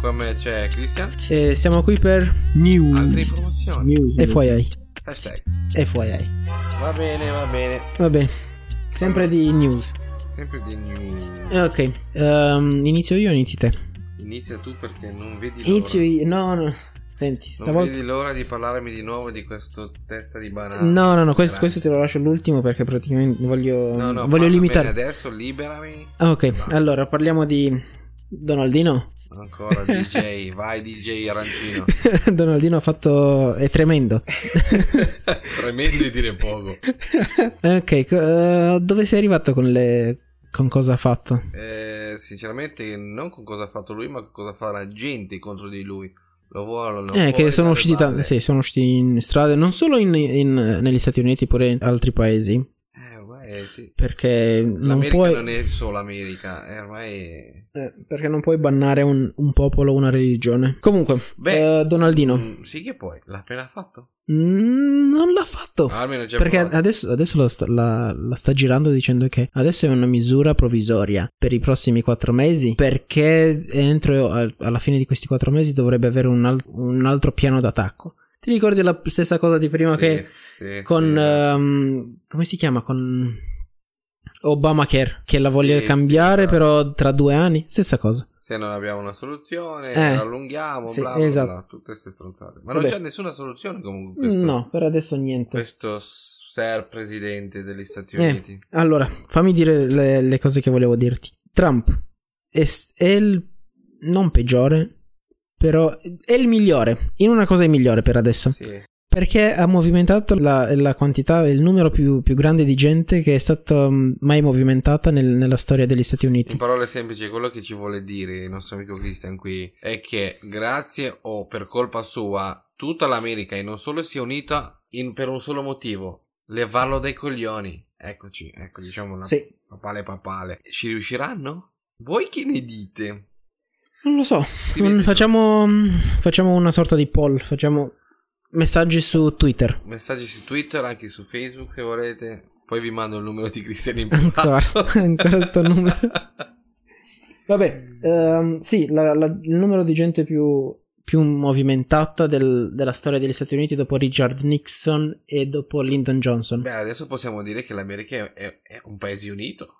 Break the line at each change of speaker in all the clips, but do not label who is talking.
come c'è Christian?
E Eh, siamo qui per
Altre
News.
informazioni?
News.
FYI.
Hashtag.
FYI.
Va bene, va bene.
Vabbè. Sempre di news.
Sempre di news.
Eh, Ok. Ehm, inizio io o inizi te?
Inizia tu perché non vedi l'ora.
Inizio io. No, no. Senti,
Non
stavolta.
vedi l'ora di parlarmi di nuovo di questo testa di banana.
No, no, no,
Grazie.
questo, questo te lo lascio all'ultimo perché praticamente voglio,
Eh, No, no,
voglio
parla
limitare.
bene adesso liberami.
Ah, ok,
Basta.
allora parliamo di Donaldino.
Ancora DJ, vai DJ Arancino.
Donaldino ha fatto... è tremendo.
Tremendo di dire poco.
ok, co- eh, dove sei arrivato con le... con cosa ha fatto?
Eh, sinceramente, non con cosa ha fatto lui, ma con cosa fa la gente contro di lui. Lo vuole.
eh, che sono usciti, tan- sì, sono usciti in strade, non solo in- in- negli Stati Uniti, pure in altri paesi,
Eh, ormai sì.
perché non
L'America
puoi...
non è solo America, è ormai.
eh, perché non puoi bannare un, un popolo, una religione. Comunque,
Beh,
eh, Donaldino,
Mm, sì, che poi l'ha appena fatto.
mm, non l'ha fatto.
Ah, almeno c'è
Perché
provato.
adesso, adesso la, sta, la- la sta girando dicendo che adesso è una misura provvisoria per i prossimi quattro mesi perché entro al- alla fine di questi quattro mesi dovrebbe avere un, al- un altro piano d'attacco. Ti ricordi la stessa cosa di prima
Sì,
che
sì,
con...
Eh, sì.
ehm, come si chiama? Con Obamacare che la
Sì,
voglia
sì, esatto.
cambiare
bravo.
però tra due anni? Stessa cosa.
Se non abbiamo una soluzione,
Eh,
la allunghiamo,
sì,
bla bla
esatto.
bla, tutte queste stronzate. Ma non
Vabbè.
c'è nessuna soluzione comunque. Questo,
No, per adesso niente.
questo ser presidente degli Stati
Eh.
Uniti.
Allora, fammi dire le, le cose che volevo dirti. Trump è, s- è il non peggiore, però è il migliore. In una cosa è il migliore per adesso.
Sì.
Perché ha movimentato la, la quantità, il numero più, più grande di gente che è stata mm, mai movimentata nel- nella storia degli Stati Uniti.
In parole semplici, quello che ci vuole dire il nostro amico Christian qui è che grazie o per colpa sua tutta l'America e non solo si è unita in- per un solo motivo, levarlo dai coglioni. Eccoci, ecco diciamo una
Sì,
papale papale. Ci riusciranno? Voi che ne dite?
non lo so.
Scrivete
Mm, Facciamo, mm, facciamo una sorta di poll. Facciamo messaggi su Twitter.
messaggi su Twitter, anche su Facebook se volete. Poi vi mando il numero di Christian in
Ancora,
privato.
ancora sto numero. Vabbè,
Mm.
ehm, sì, la- la- il numero di gente più, più movimentata del- della storia degli Stati Uniti dopo Richard Nixon e dopo Lyndon Johnson.
Beh, adesso possiamo dire che l'America è- è- è un paese unito.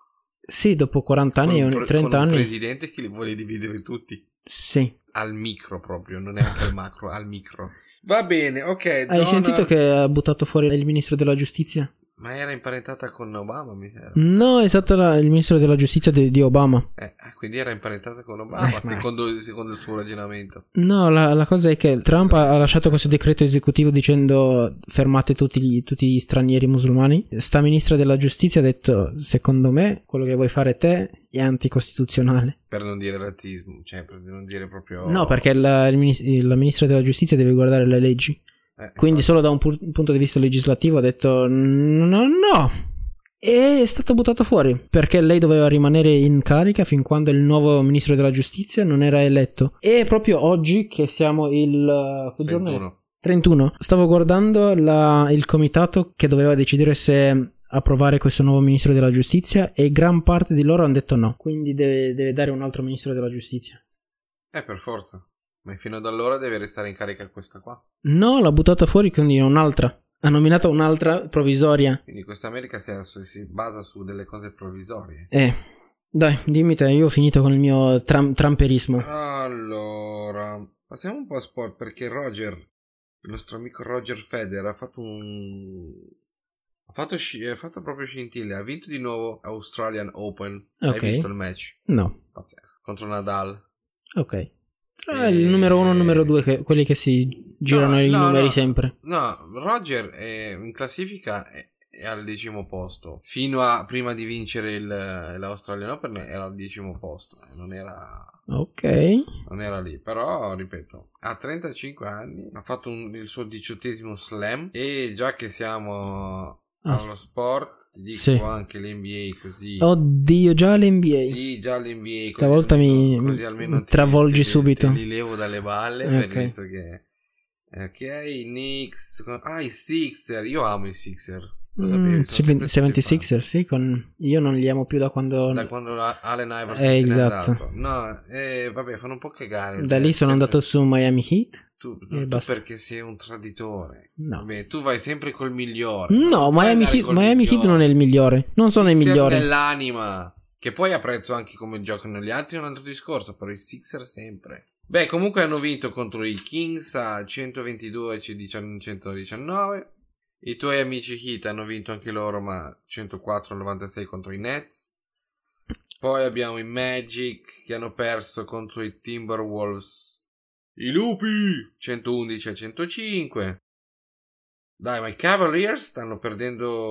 sì, dopo 40 anni,
con
un-
un, pre-
30
con un
anni.
presidente che li vuole dividere tutti
Sì.
al micro proprio, non è anche al macro, al micro. Va bene, ok.
Hai
Donald-
sentito che ha buttato fuori il ministro della giustizia?
Ma era imparentata con Obama, mi sembra.
No, è stato la- il ministro della giustizia di, di Obama.
Eh, ah, quindi era imparentata con Obama,
Eh, ma-
secondo, secondo il suo ragionamento.
No, la, la cosa è che Trump ha, ha lasciato questo decreto esecutivo dicendo fermate tutti gli, tutti gli stranieri musulmani. Sta ministra della giustizia ha detto, secondo me, quello che vuoi fare te è anticostituzionale.
Per non dire razzismo, cioè per non dire proprio...
No, perché la, il minis- la ministra della giustizia deve guardare le leggi.
Eh,
Quindi solo da un pu- punto di vista legislativo ha detto no, no. E è stato buttato fuori perché lei doveva rimanere in carica fin quando il nuovo ministro della giustizia non era eletto. E proprio oggi che siamo il... eh, Che giorno è?
21.
31. Stavo guardando la- il comitato che doveva decidere se approvare questo nuovo ministro della giustizia e gran parte di loro hanno detto no. Quindi deve, deve dare un altro ministro della giustizia.
Eh, per forza. Ma fino ad allora deve restare in carica questa qua.
No, l'ha buttata fuori, quindi un'altra. Ha nominato un'altra provvisoria.
Quindi questa America si, si basa su delle cose provvisorie.
Eh, dai, dimmi te, io ho finito con il mio tram- tramperismo.
Allora, passiamo un po' a sport perché Roger, il nostro amico Roger Federer, ha fatto un... Ha fatto, sci- ha fatto proprio scintille, ha vinto di nuovo Australian Open.
Ok.
Hai visto il match?
No,
Pazzesco. Contro Nadal.
ok. Tra il numero uno e il numero due, che- quelli che si girano
Eh. No,
i
no,
numeri
no.
sempre.
No, Roger è- in classifica è, è al decimo posto. Fino a prima di vincere il, l'Australian Open era al decimo posto. eh, Non era
Ok.
non era lì, però ripeto, a 35 anni ha fatto un- il suo diciottesimo slam e già che siamo
Ah,
allo sport, ti dico
sì. Oh,
anche l'NBA così.
Oddio, già l'NBA.
Sì, già l'NBA. così
Stavolta
almeno-
mi-
così almeno
mi
ti-
travolgi
ti-
subito.
Ti li levo dalle balle,
Ok.
per eh, visto che... Ok, i Knicks... Ah, i Sixer, io amo i Sixer. Lo sapevi,
Mm,
sono
sì,
sempre
76ers, sì, con... io non li amo più da quando...
Da quando la- Allen Iverson
Eh,
se n'è
esatto.
andato. No, eh, vabbè, fanno un po' cagare.
da lì sono andato
su
su Miami Heat.
Tu,
e
tu
basta.
perché sei un traditore.
No,
Vabbè, tu vai sempre col migliore.
no
Vai
Miami,
andare
Heat,
col
Miami Heat
migliore.
non è il migliore, non sono i
Sixer
migliori.
Nell'anima. Che poi apprezzo anche come giocano gli altri, è un altro discorso, però i Sixer sempre. Beh, comunque hanno vinto contro i Kings a 122 e 119. I tuoi amici Heat hanno vinto anche loro, ma 104-96 contro i Nets. Poi abbiamo i Magic che hanno perso contro i Timberwolves. I lupi 111 a 105. Dai, ma i Cavaliers stanno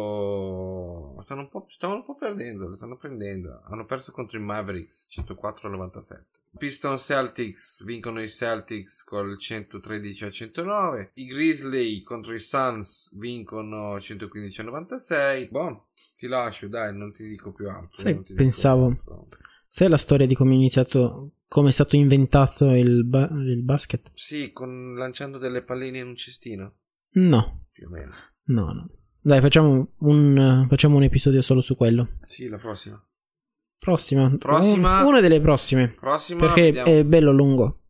perdendo. Stanno un po', stavano un po' perdendo, lo stanno prendendo. Hanno perso contro i Mavericks 104 a 97. Piston Celtics vincono i Celtics col 113 a 109. I Grizzly contro i Suns vincono 115 a 96. Buono, Boh, ti lascio, dai, non ti dico più altro.
Sai,
non ti dico
pensavo.
altro.
Sai la storia di come è iniziato, come è stato inventato il, ba- il basket?
Sì, con, lanciando delle palline in un cestino,
No,
più o meno.
no, no. Dai, facciamo un, facciamo un episodio solo su quello.
Sì, la prossima.
Prossima.
Prossima.
Un- Una delle prossime.
Prossima.
Perché eh,
vediamo-
è bello lungo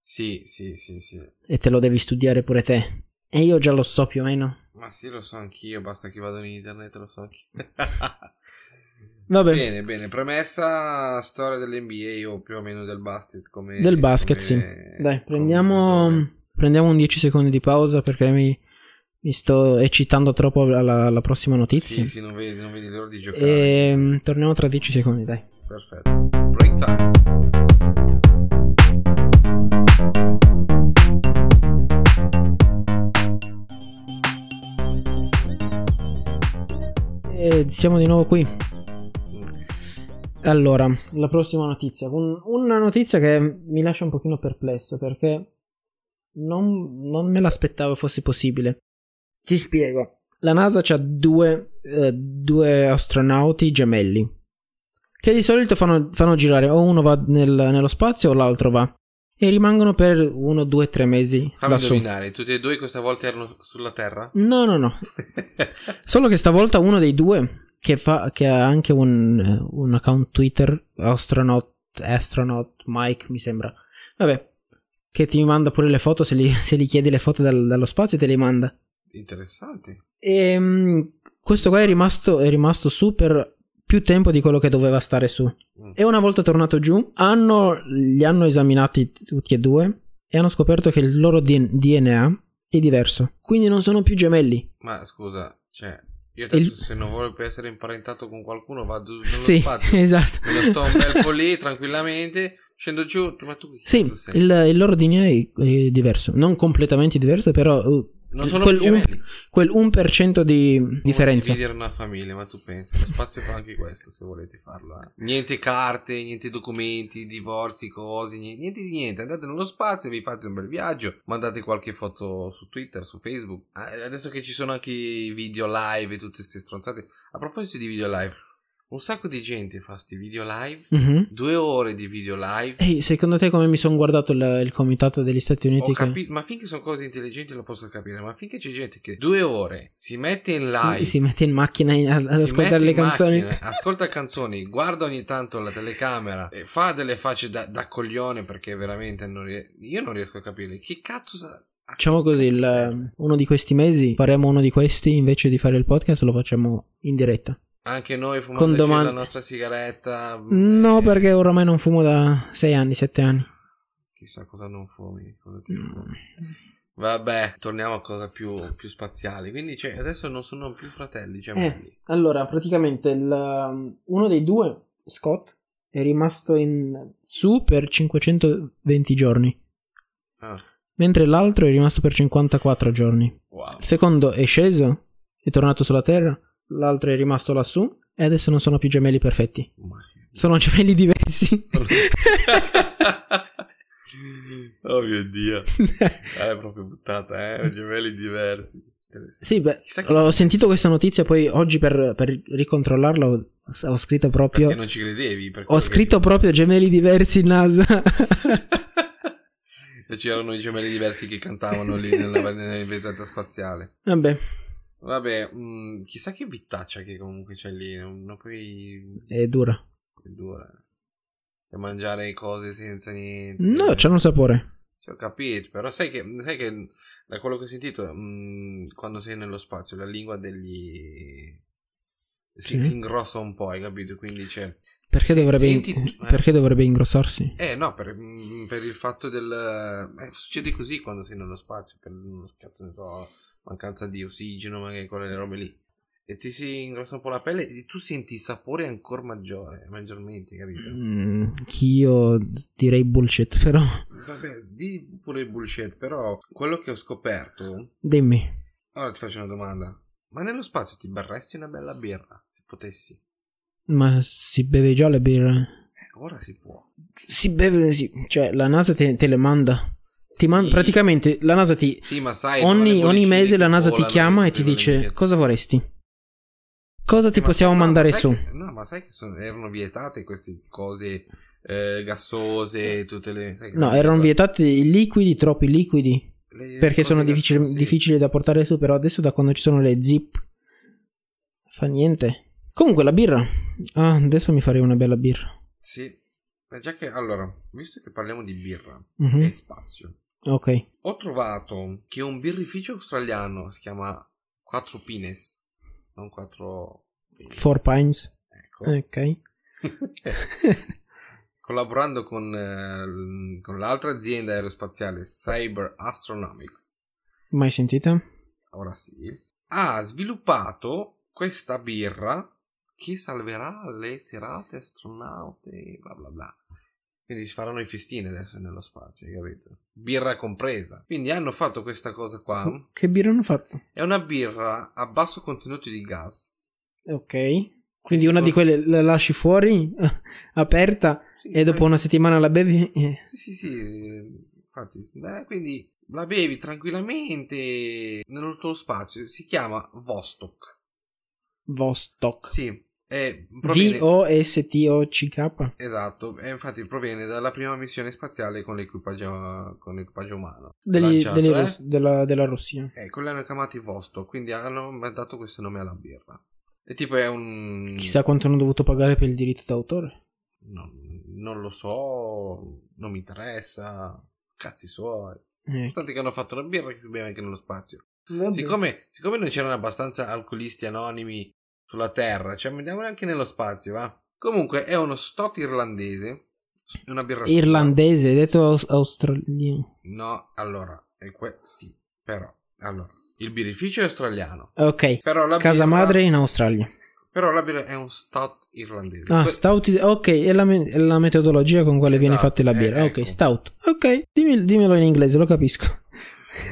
Sì, sì, sì, sì.
e te lo devi studiare pure te. E io già lo so più o meno.
Ma sì, lo so anch'io, basta che vado in internet, lo so anch'io.
Vabbè.
Bene, bene, premessa storia dell'NBA o più o meno del basket come
Del basket,
come-
sì.
come-
Dai, prendiamo, prendiamo un 10 secondi di pausa perché mi, mi sto eccitando troppo alla, alla prossima notizia.
Sì, sì, non vedi, non vedi l'ora di giocare.
E mm, torniamo tra 10 secondi, dai.
Perfetto. Break time.
E siamo di nuovo qui. Allora, la prossima notizia. Un- una notizia che mi lascia un pochino perplesso perché non, non me l'aspettavo fosse possibile. Ti spiego. La NASA ha due, eh, due astronauti gemelli che di solito fanno, fanno girare o uno va nel- nello spazio o l'altro va e rimangono per uno, due, tre mesi
Fammi
lassù.
indovinare, tutti e due questa volta erano sulla Terra?
No, no, no, Solo che stavolta uno dei due, che, fa, che ha anche un, un account Twitter, astronaut, astronaut Mike mi sembra, vabbè, che ti manda pure le foto, se gli, se gli chiedi le foto dal- dallo spazio te le manda.
Interessante.
E mm, questo qua è rimasto, è rimasto su per più tempo di quello che doveva stare su.
Mm.
E una volta tornato giù, hanno- li hanno esaminati tutti e due e hanno scoperto che il loro D- DNA è diverso. Quindi non sono più gemelli.
Ma scusa, cioè, io
E il-
adesso se non voglio più essere imparentato con qualcuno vado nello
Sì,
spazio.
esatto.
Me lo sto un bel po' lì tranquillamente, scendo giù, ma tu chi
Sì,
cazzo sei?
il, il loro DNA è, è diverso, non completamente diverso, però uh,
Non sono
quel
più gemelli.
un- quel 1% di differenza.
dividere una famiglia, ma tu pensi, lo spazio fa anche questo se volete farlo. eh. Niente carte, niente documenti, divorzi, cose, ni- niente di niente. Andate nello spazio, vi fate un bel viaggio, mandate qualche foto su Twitter, su Facebook. Ah, Adesso che ci sono anche i video live e tutte queste stronzate. A proposito di video live, un sacco di gente fa sti video live,
Mhm.
due ore di video live.
Ehi, secondo te come mi sono guardato il, il comitato degli Stati Uniti?
Ho
che-
capito, ma finché sono cose intelligenti lo posso capire, ma finché c'è gente che due ore si mette in live,
Si mette in macchina in- ad
si
ascoltare
mette
le
in
canzoni.
macchina, ascolta canzoni, guarda ogni tanto la telecamera e fa delle facce da, da coglione perché veramente non rie- io non riesco a capire che cazzo sa- a
Diciamo
che
così,
cazzo
il-
serve?
uno di questi mesi faremo uno di questi invece di fare il podcast lo facciamo in diretta.
anche noi fumandoci
con domande-
la nostra sigaretta
No,
eh,
perché oramai non fumo da 6 anni, 7 anni.
chissà cosa non fumi, cosa ti
Mm.
fumi. Vabbè, torniamo a cose più, più spaziali. Quindi cioè, adesso non sono più fratelli, cioè
Eh, allora, praticamente il- um, uno dei due, Scott, è rimasto in, su per 520 giorni,
Ah,
mentre l'altro è rimasto per 54 giorni.
wow.
Il secondo è sceso, è tornato sulla Terra, l'altro è rimasto lassù e adesso non sono più gemelli perfetti,
Ma-
sono gemelli diversi.
Sono- oh mio dio, Ah, è proprio buttata, eh? Gemelli diversi. Interessante.
sì, beh,
Chissà che-
ho sentito questa notizia, poi oggi per, per ricontrollarla ho, ho scritto proprio...
Perché non ci credevi? per
Ho
quello che-
scritto proprio gemelli diversi in NASA.
Cioè, E c'erano i gemelli diversi che cantavano lì nella, nella navetta spaziale.
Vabbè,
Vabbè, mh, chissà che vitaccia che comunque c'è lì. Non, non puoi.
È dura.
È dura. E mangiare cose senza niente.
No, c'ha un sapore.
Cioè, ho capito, però sai che, sai che da quello che ho sentito, mh, quando sei nello spazio, la lingua degli... Si,
Sì.
si ingrossa un po', hai capito? Quindi c'è...
Perché,
Se-
dovrebbe,
senti- eh.
perché dovrebbe ingrossarsi?
Eh no, per, mh, per il fatto del... eh, succede così quando sei nello spazio, per mh, cazzo ne so, mancanza di ossigeno, magari quelle robe lì. E ti si ingrossa un po' la pelle e tu senti il sapore ancora maggiore, maggiormente, capito?
Mm, io direi bullshit, però.
Vabbè, di pure bullshit, però quello che ho scoperto...
Dimmi.
Ora ti faccio una domanda. Ma nello spazio ti berresti una bella birra, se potessi?
Ma si beve già le birre?
Eh, ora si può.
Si beve, sì. Cioè, la NASA te, te le manda. Ti man-
Sì. Eh,
praticamente la NASA ti.
Sì, ma sai...
Ogni,
quelle
ogni
bollicine
mese
che
la NASA ti
volano,
chiama
che
e ti
vengono
dice
indietro.
cosa vorresti. Cosa ti
Eh, Ma-
possiamo
no, ma
mandare
sai
su?
che- no, ma sai che sono- erano vietate queste cose eh, gassose, tutte le... sai che
No,
le-
erano vietati i liquidi, troppi liquidi,
le
perché
cose
sono difficili,
gassose.
difficili da portare su, però adesso da quando ci sono le zip fa niente. Comunque la birra. Ah, adesso mi farei una bella birra.
Sì. Ma già che... Allora, visto che parliamo di birra
Mhm,
e spazio,
Ok.
ho trovato che un birrificio australiano si chiama 4 Pines, non 4...
Four Pines.
Ecco.
Ok.
Collaborando con, eh, l- con l'altra azienda aerospaziale Cyber Astronomics,
Mai sentita?
ora sì, ha sviluppato questa birra che salverà le serate astronaute, bla bla bla. Quindi si faranno i festini adesso nello spazio, hai capito? Birra compresa. Quindi hanno fatto questa cosa qua.
Che birra hanno fatto?
È una birra a basso contenuto di gas.
Ok. Quindi
boh.
una di quelle la lasci fuori, aperta,
Sì,
e dopo una settimana la bevi? Eh.
Sì, sì, sì, eh, infatti, beh, quindi la bevi tranquillamente nel tuo spazio, si chiama Vostok.
Vostok.
Sì, è proviene-
V-O-S-T-O-C-K.
Esatto, e infatti proviene dalla prima missione spaziale con l'equipaggio, con l'equipaggio umano.
Degli-
Lanciato,
degli
eh?
Rus- della, della Russia.
Ecco, li hanno chiamati Vostok, quindi hanno dato questo nome alla birra. E tipo è un...
Chissà quanto hanno dovuto pagare per il diritto d'autore.
No, non lo so, non mi interessa, cazzi suoi.
Eh,
Tanti che hanno fatto la birra che si beve anche nello spazio.
vabbè.
Siccome, siccome non c'erano abbastanza alcolisti anonimi sulla Terra, cioè andiamo anche nello spazio, va? Comunque è uno stout irlandese, s- una birra scura.
Irlandese, hai detto aus- australiano.
No, allora, è que- sì, però, allora, il birrificio è australiano,
Ok,
però la
casa
birra-
madre in Australia.
Però la birra è un stout irlandese.
Ah,
Que-
stout. Ok, è la, me- è la metodologia con quale viene
Esatto,
fatta la
eh,
birra. ok,
ecco.
stout. Ok, dimmi- dimmelo in inglese, lo capisco.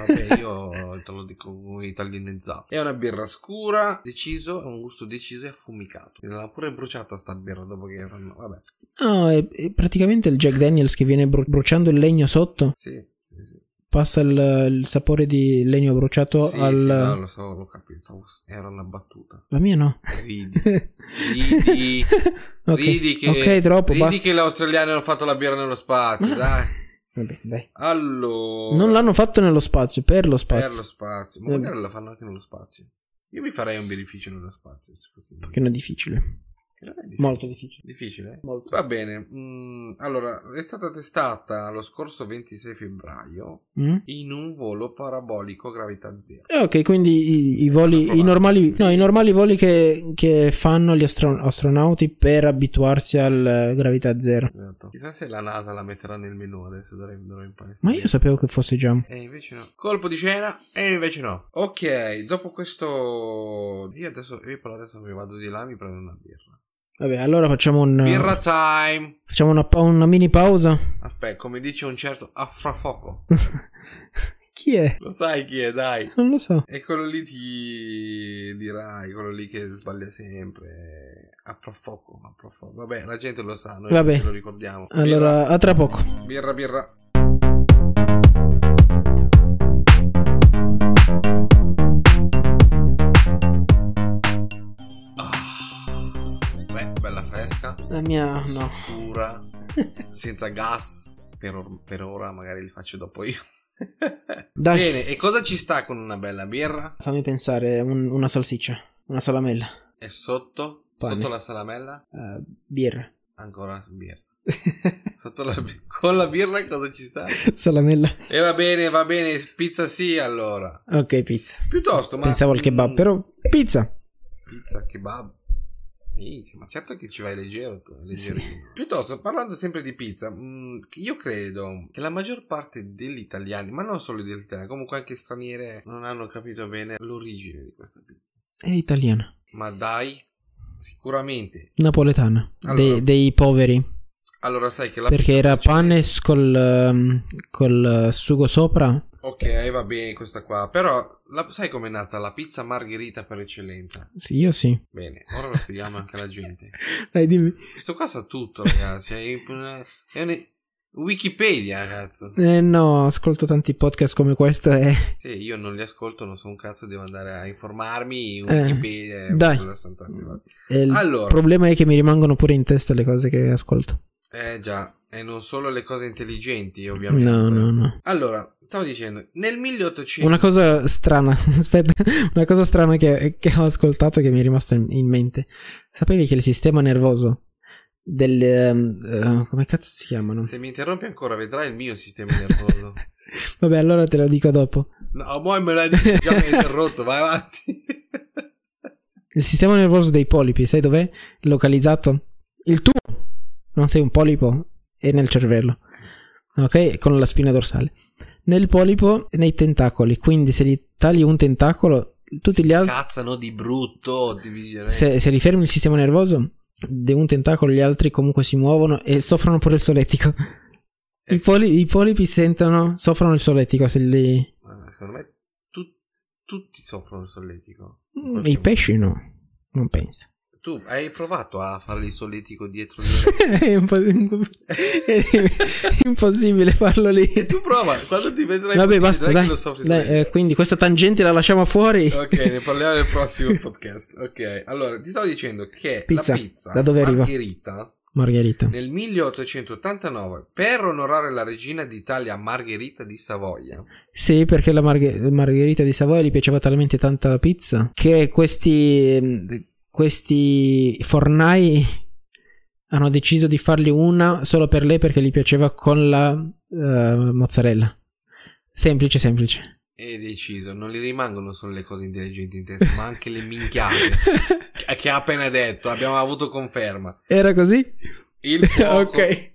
Vabbè, io te lo dico italianizzato. È una birra scura, deciso, ha un gusto deciso e affumicato. L'ha pure bruciata sta birra dopo che fanno... Vabbè,
No, è, è praticamente il Jack Daniels che viene bru- bruciando il legno sotto.
sì, sì, sì.
Passa il, il sapore di legno bruciato
Sì,
al.
sì, no, lo so, l'ho capito. Era una battuta.
La mia no.
Ridi. Ridi.
ok,
Ridi che,
ok, troppo.
ridi
basta.
che gli australiani hanno fatto la birra nello spazio,
Ma-
dai.
Vabbè, dai.
Allora,
Non l'hanno fatto nello spazio, per lo spazio.
per lo spazio. Ma
Eh.
magari lo fanno anche nello spazio. Io mi farei un birrificio nello spazio, se fosse
Un
io.
pochino difficile.
Che non è difficile.
Molto difficile.
Difficile, eh?
Molto.
Va bene. mm, allora, è stata testata lo scorso 26 febbraio
Mm?
in un volo parabolico a gravità zero.
Eh, Ok, quindi i, i voli, i
Approvato.
normali, no, i normali voli che, che fanno gli astro- astronauti per abituarsi al eh, gravità zero.
Esatto. Chissà se la NASA la metterà nel menu adesso, dovrei, dovrei imparare.
Ma io sapevo che fosse già.
E invece no. Colpo di cena e invece no. Ok, dopo questo... Io adesso, io però adesso mi vado di là e mi prendo una birra.
Vabbè, allora facciamo un.
Birra time!
Facciamo una, pa- una mini pausa.
Aspetta, come dice un certo Afrafoco.
Chi è?
Lo sai chi è, dai.
Non lo so.
E quello lì ti dirai, quello lì che sbaglia sempre. Afrafoco, Afrafoco. Vabbè, la gente lo sa, noi
Vabbè.
lo ricordiamo.
Allora, a tra poco.
Birra, birra. birra. Ah, Beh, bella fresca,
La mia. No.
scura, senza gas. Per, or- per ora magari li faccio dopo io.
Dai,
Bene, e cosa ci sta con una bella birra?
fammi pensare, un- una salsiccia, una salamella,
E sotto?
Pane.
Sotto la salamella?
eh, birra.
Ancora birra. Sotto la bi- con la birra cosa ci sta?
salamella.
E va bene, va bene, pizza sì allora.
Ok, pizza.
Piuttosto, ma...
Pensavo al kebab,
Mm,
però pizza.
Pizza, kebab. Minchia, Ma certo che ci vai leggero, tu, leggerino. Piuttosto, parlando sempre di pizza, mm, io credo che la maggior parte degli italiani, ma non solo degli italiani, comunque anche straniere, non hanno capito bene l'origine di questa pizza.
È italiana,
Ma dai, sicuramente.
napoletana,
Allora.
dei, dei poveri,
Allora sai che la
perché
pizza
era pane
precedente-
s- col, ehm, col eh, sugo sopra.
Ok, va bene questa qua, però la- sai com'è nata la pizza margherita per eccellenza?
Sì, io sì.
Bene, ora lo spieghiamo anche alla gente.
Dai, dimmi.
Questo qua sa tutto, ragazzi. È una- è un- Wikipedia, cazzo.
Eh no, ascolto tanti podcast come questo e...
Sì, io non li ascolto, non so un cazzo, devo andare a informarmi in
Eh,
Wikipedia. e
dai.
quello sta tanto.
e il
Allora.
problema è che mi rimangono pure in testa le cose che ascolto.
Eh già, e non solo le cose intelligenti, ovviamente.
No, no, no.
Allora, stavo dicendo, nel 1800...
Una cosa strana, aspetta, una cosa strana che, che ho ascoltato e che mi è rimasta in, in mente. Sapevi che il sistema nervoso del... ehm, eh, come cazzo si chiamano?
Se mi interrompi ancora vedrai il mio sistema nervoso.
Vabbè, allora te lo dico dopo.
No, poi me l'hai detto, già mi hai interrotto, vai avanti.
Il sistema nervoso dei polipi, sai dov'è? Localizzato? Il tuo. Non sei un polipo, è nel cervello. Ok? Con la spina dorsale. Nel polipo, nei tentacoli. Quindi se gli tagli un tentacolo, tutti gli altri...
Cazzano di brutto, di-
Se, se li fermi il sistema nervoso, di un tentacolo gli altri comunque si muovono e soffrono pure il solettico.
Eh,
I, poli- i polipi sentono, soffrono il solettico se li...
Ma Eh, secondo me tu- tutti soffrono il solletico.
I pesci no, non penso.
Tu hai provato a fare il solletico dietro di me?
è, un po- è impossibile farlo lì.
E tu prova, quando ti vedrai... così,
Vabbè, basta,
vedrai
dai.
che lo soffri
Dai,
solletico.
eh, quindi questa tangente la lasciamo fuori.
Ok, ne parliamo nel prossimo podcast. Ok, allora ti stavo dicendo che
Pizza.
la pizza
Da dove arriva?
margherita
Margherita.
nel 1889 per onorare la regina d'Italia Margherita di Savoia.
Sì, perché la Marghe- Margherita di Savoia gli piaceva talmente tanta la pizza che questi, mm, questi fornai hanno deciso di fargli una solo per lei perché gli piaceva con la eh, mozzarella. Semplice, semplice.
E deciso, non gli rimangono solo le cose intelligenti in testa, ma anche le minchiate che- che ha appena detto, abbiamo avuto conferma.
Era così?
Il cuoco,
ok.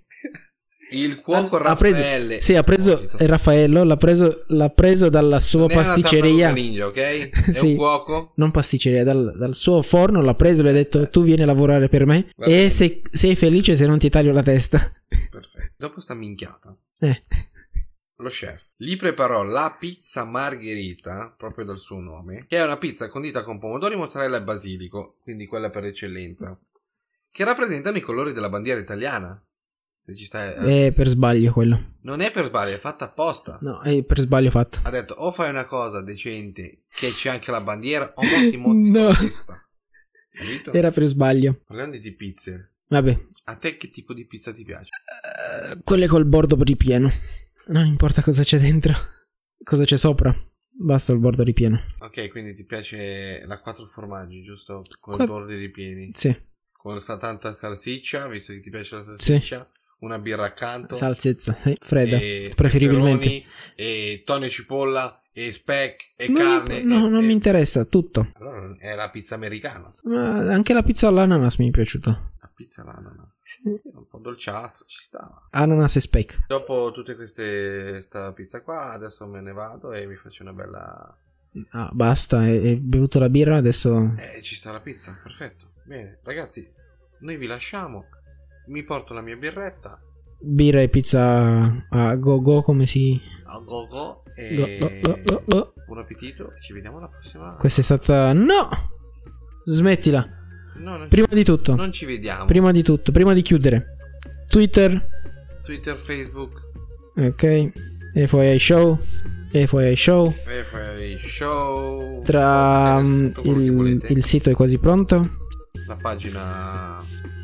il cuoco
Ha preso-
Raffaele.
Sì, ha preso
Esposito.
è Raffaello, l'ha preso, l'ha preso dalla sua
Non è una tartaruga
pasticceria.
ninja, ok? È
Sì.
un cuoco.
Non pasticceria, dal, dal suo forno l'ha preso e le ha detto tu vieni a lavorare per me
Va
e
bene.
sei, sei felice se non ti taglio la testa.
Perfetto. Dopo sta minchiata,
Eh.
lo chef gli preparò la pizza margherita, proprio dal suo nome, che è una pizza condita con pomodori, mozzarella e basilico, quindi quella per eccellenza, che rappresentano i colori della bandiera italiana. Se ci stai-
È per sbaglio quello.
Non è per sbaglio, è fatta apposta.
No, è per sbaglio fatto.
Ha detto o fai una cosa decente che c'è anche la bandiera o molti mozzi
No.
con la testa. Capito?
Era per sbaglio.
Parlando di pizze,
Vabbè.
a te che tipo di pizza ti piace?
Eh, quelle col bordo ripieno. Non importa cosa c'è dentro. Cosa c'è sopra. Basta il bordo ripieno.
Ok, quindi ti piace la quattro formaggi, giusto? Con
Qua-
i bordi ripieni.
Sì.
con sa- tanta salsiccia, visto che ti piace la salsiccia, una birra accanto,
Salsezza. sì, Fredda.
e
preferibilmente.
peperoni, e tonno e cipolla, e speck, e
No,
carne.
No,
e-
non
e-
mi interessa. Tutto.
Allora è la pizza americana, sta-
Ma anche la pizza all'ananas mi è piaciuta.
la pizza all'ananas. Un po' dolciastro, ci stava.
Ananas e speck.
Dopo tutte queste sta pizza qua, adesso me ne vado e mi faccio una bella...
Ah, basta. Hai hai bevuto la birra, adesso.
Eh, ci sta la pizza, perfetto. Bene, ragazzi, noi vi lasciamo. Mi porto la mia birretta.
Birra e pizza a go go come si.
A go go
Go,
e...
go, go, go, go.
Buon appetito, ci vediamo alla prossima.
Questa è stata. No! Smettila.
No, non,
Prima
ci...
di tutto.
non ci vediamo.
Prima di tutto. Prima di chiudere. Twitter.
Twitter, Facebook,
Ok. FYI Show. FYI Show.
FA Show.
Tra mm,
podcast, tutto quello che
il,
volete.
il sito è quasi pronto.
La pagina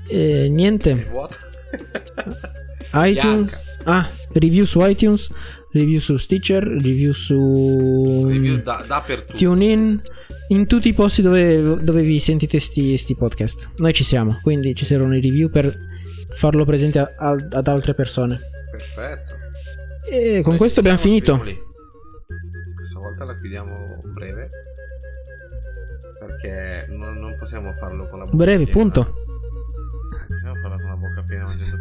E
è
niente.
vuota.
iTunes.
Bianca.
Ah, review su iTunes. review su Stitcher, review su
Review da- dappertutto.
mm, TuneIn, in tutti i posti dove, dove vi sentite sti, sti podcast. Noi ci siamo, quindi ci saranno i review per farlo presente a- a- ad altre persone.
Perfetto.
E con
Noi
questo
ci
abbiamo
siamo,
finito.
Spiruli. Questa volta la chiudiamo breve. Perché non, non possiamo farlo con la bocca
Breve,
piena.
punto.
Possiamo farla con la bocca piena mangiando